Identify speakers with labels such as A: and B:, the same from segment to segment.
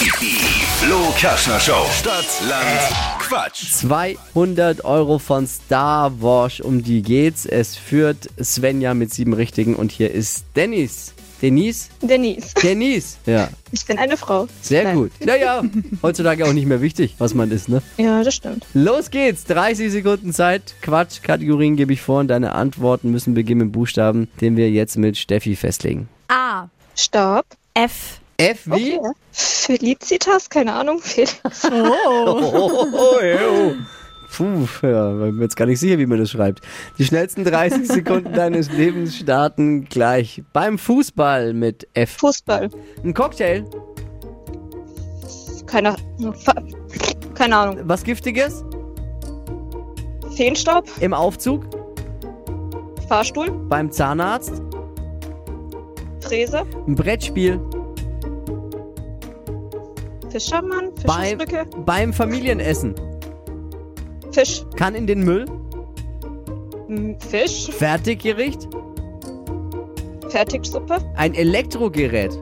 A: Die Flo Kaschner Show. Stadt, Land, Quatsch.
B: 200 Euro von Star Wars, um die geht's. Es führt Svenja mit sieben Richtigen und hier ist Dennis. Denise?
C: Denise.
B: Denise, ja,
C: Ich bin eine Frau.
B: sehr
C: Nein.
B: gut. Naja, heutzutage auch nicht mehr wichtig, was man ist, ne?
C: Ja, das stimmt.
B: Los geht's, 30 Sekunden Zeit. Quatsch, Kategorien gebe ich vor und deine Antworten müssen beginnen mit Buchstaben, den wir jetzt mit Steffi festlegen.
D: A.
C: Stopp.
D: F.
B: F wie?
C: Ja. Felicitas, keine Ahnung, Felix.
B: Oh, oh, oh. Puh, ja, bin mir jetzt gar nicht sicher, wie man das schreibt. Die schnellsten 30 Sekunden deines Lebens starten gleich beim Fußball mit F.
C: Fußball.
B: Ein Cocktail,
C: Keine, keine Ahnung.
B: was Giftiges,
C: Feenstaub.
B: im Aufzug,
C: Fahrstuhl.
B: beim Zahnarzt,
C: Fräse.
B: ein Brettspiel,
C: Fischermann.
B: beim,
C: Fischbrücke.
B: beim Familienessen,
C: Fisch.
B: kann in den Müll,
C: M, Fisch.
B: Fertiggericht,
C: Fertigsuppe.
B: ein Elektrogerät.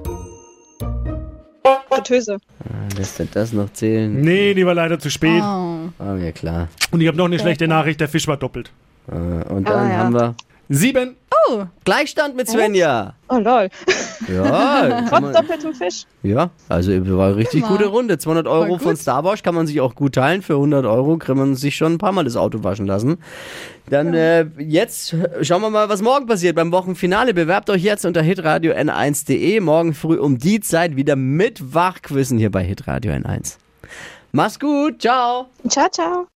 C: Fritteuse.
B: Ah, Lässt denn das noch zählen?
E: Nee, die war leider zu spät.
D: Oh.
B: War mir klar.
E: Und ich habe noch eine schlechte Nachricht, der Fisch war doppelt.
B: Äh, Und dann
C: Ah, ja.
B: haben wir
E: Sieben.
B: Gleichstand mit Svenja.
C: Oh lol.
B: Ja, kann
C: Trotz
B: man,
C: doppeltem Fisch.
B: Ja, also war eine richtig
D: Guck mal.
B: gute Runde. 200
D: Voll
B: Euro
D: gut.
B: von Star Wars kann man sich auch gut teilen. Für 100 Euro kann man sich schon ein paar Mal das Auto waschen lassen. Dann äh, jetzt schauen wir mal, was morgen passiert beim Wochenfinale. Bewerbt euch jetzt unter hitradio n1.de. Morgen früh um die Zeit wieder mit Wachquissen hier bei hitradio n1. Mach's gut, ciao.
C: Ciao, ciao.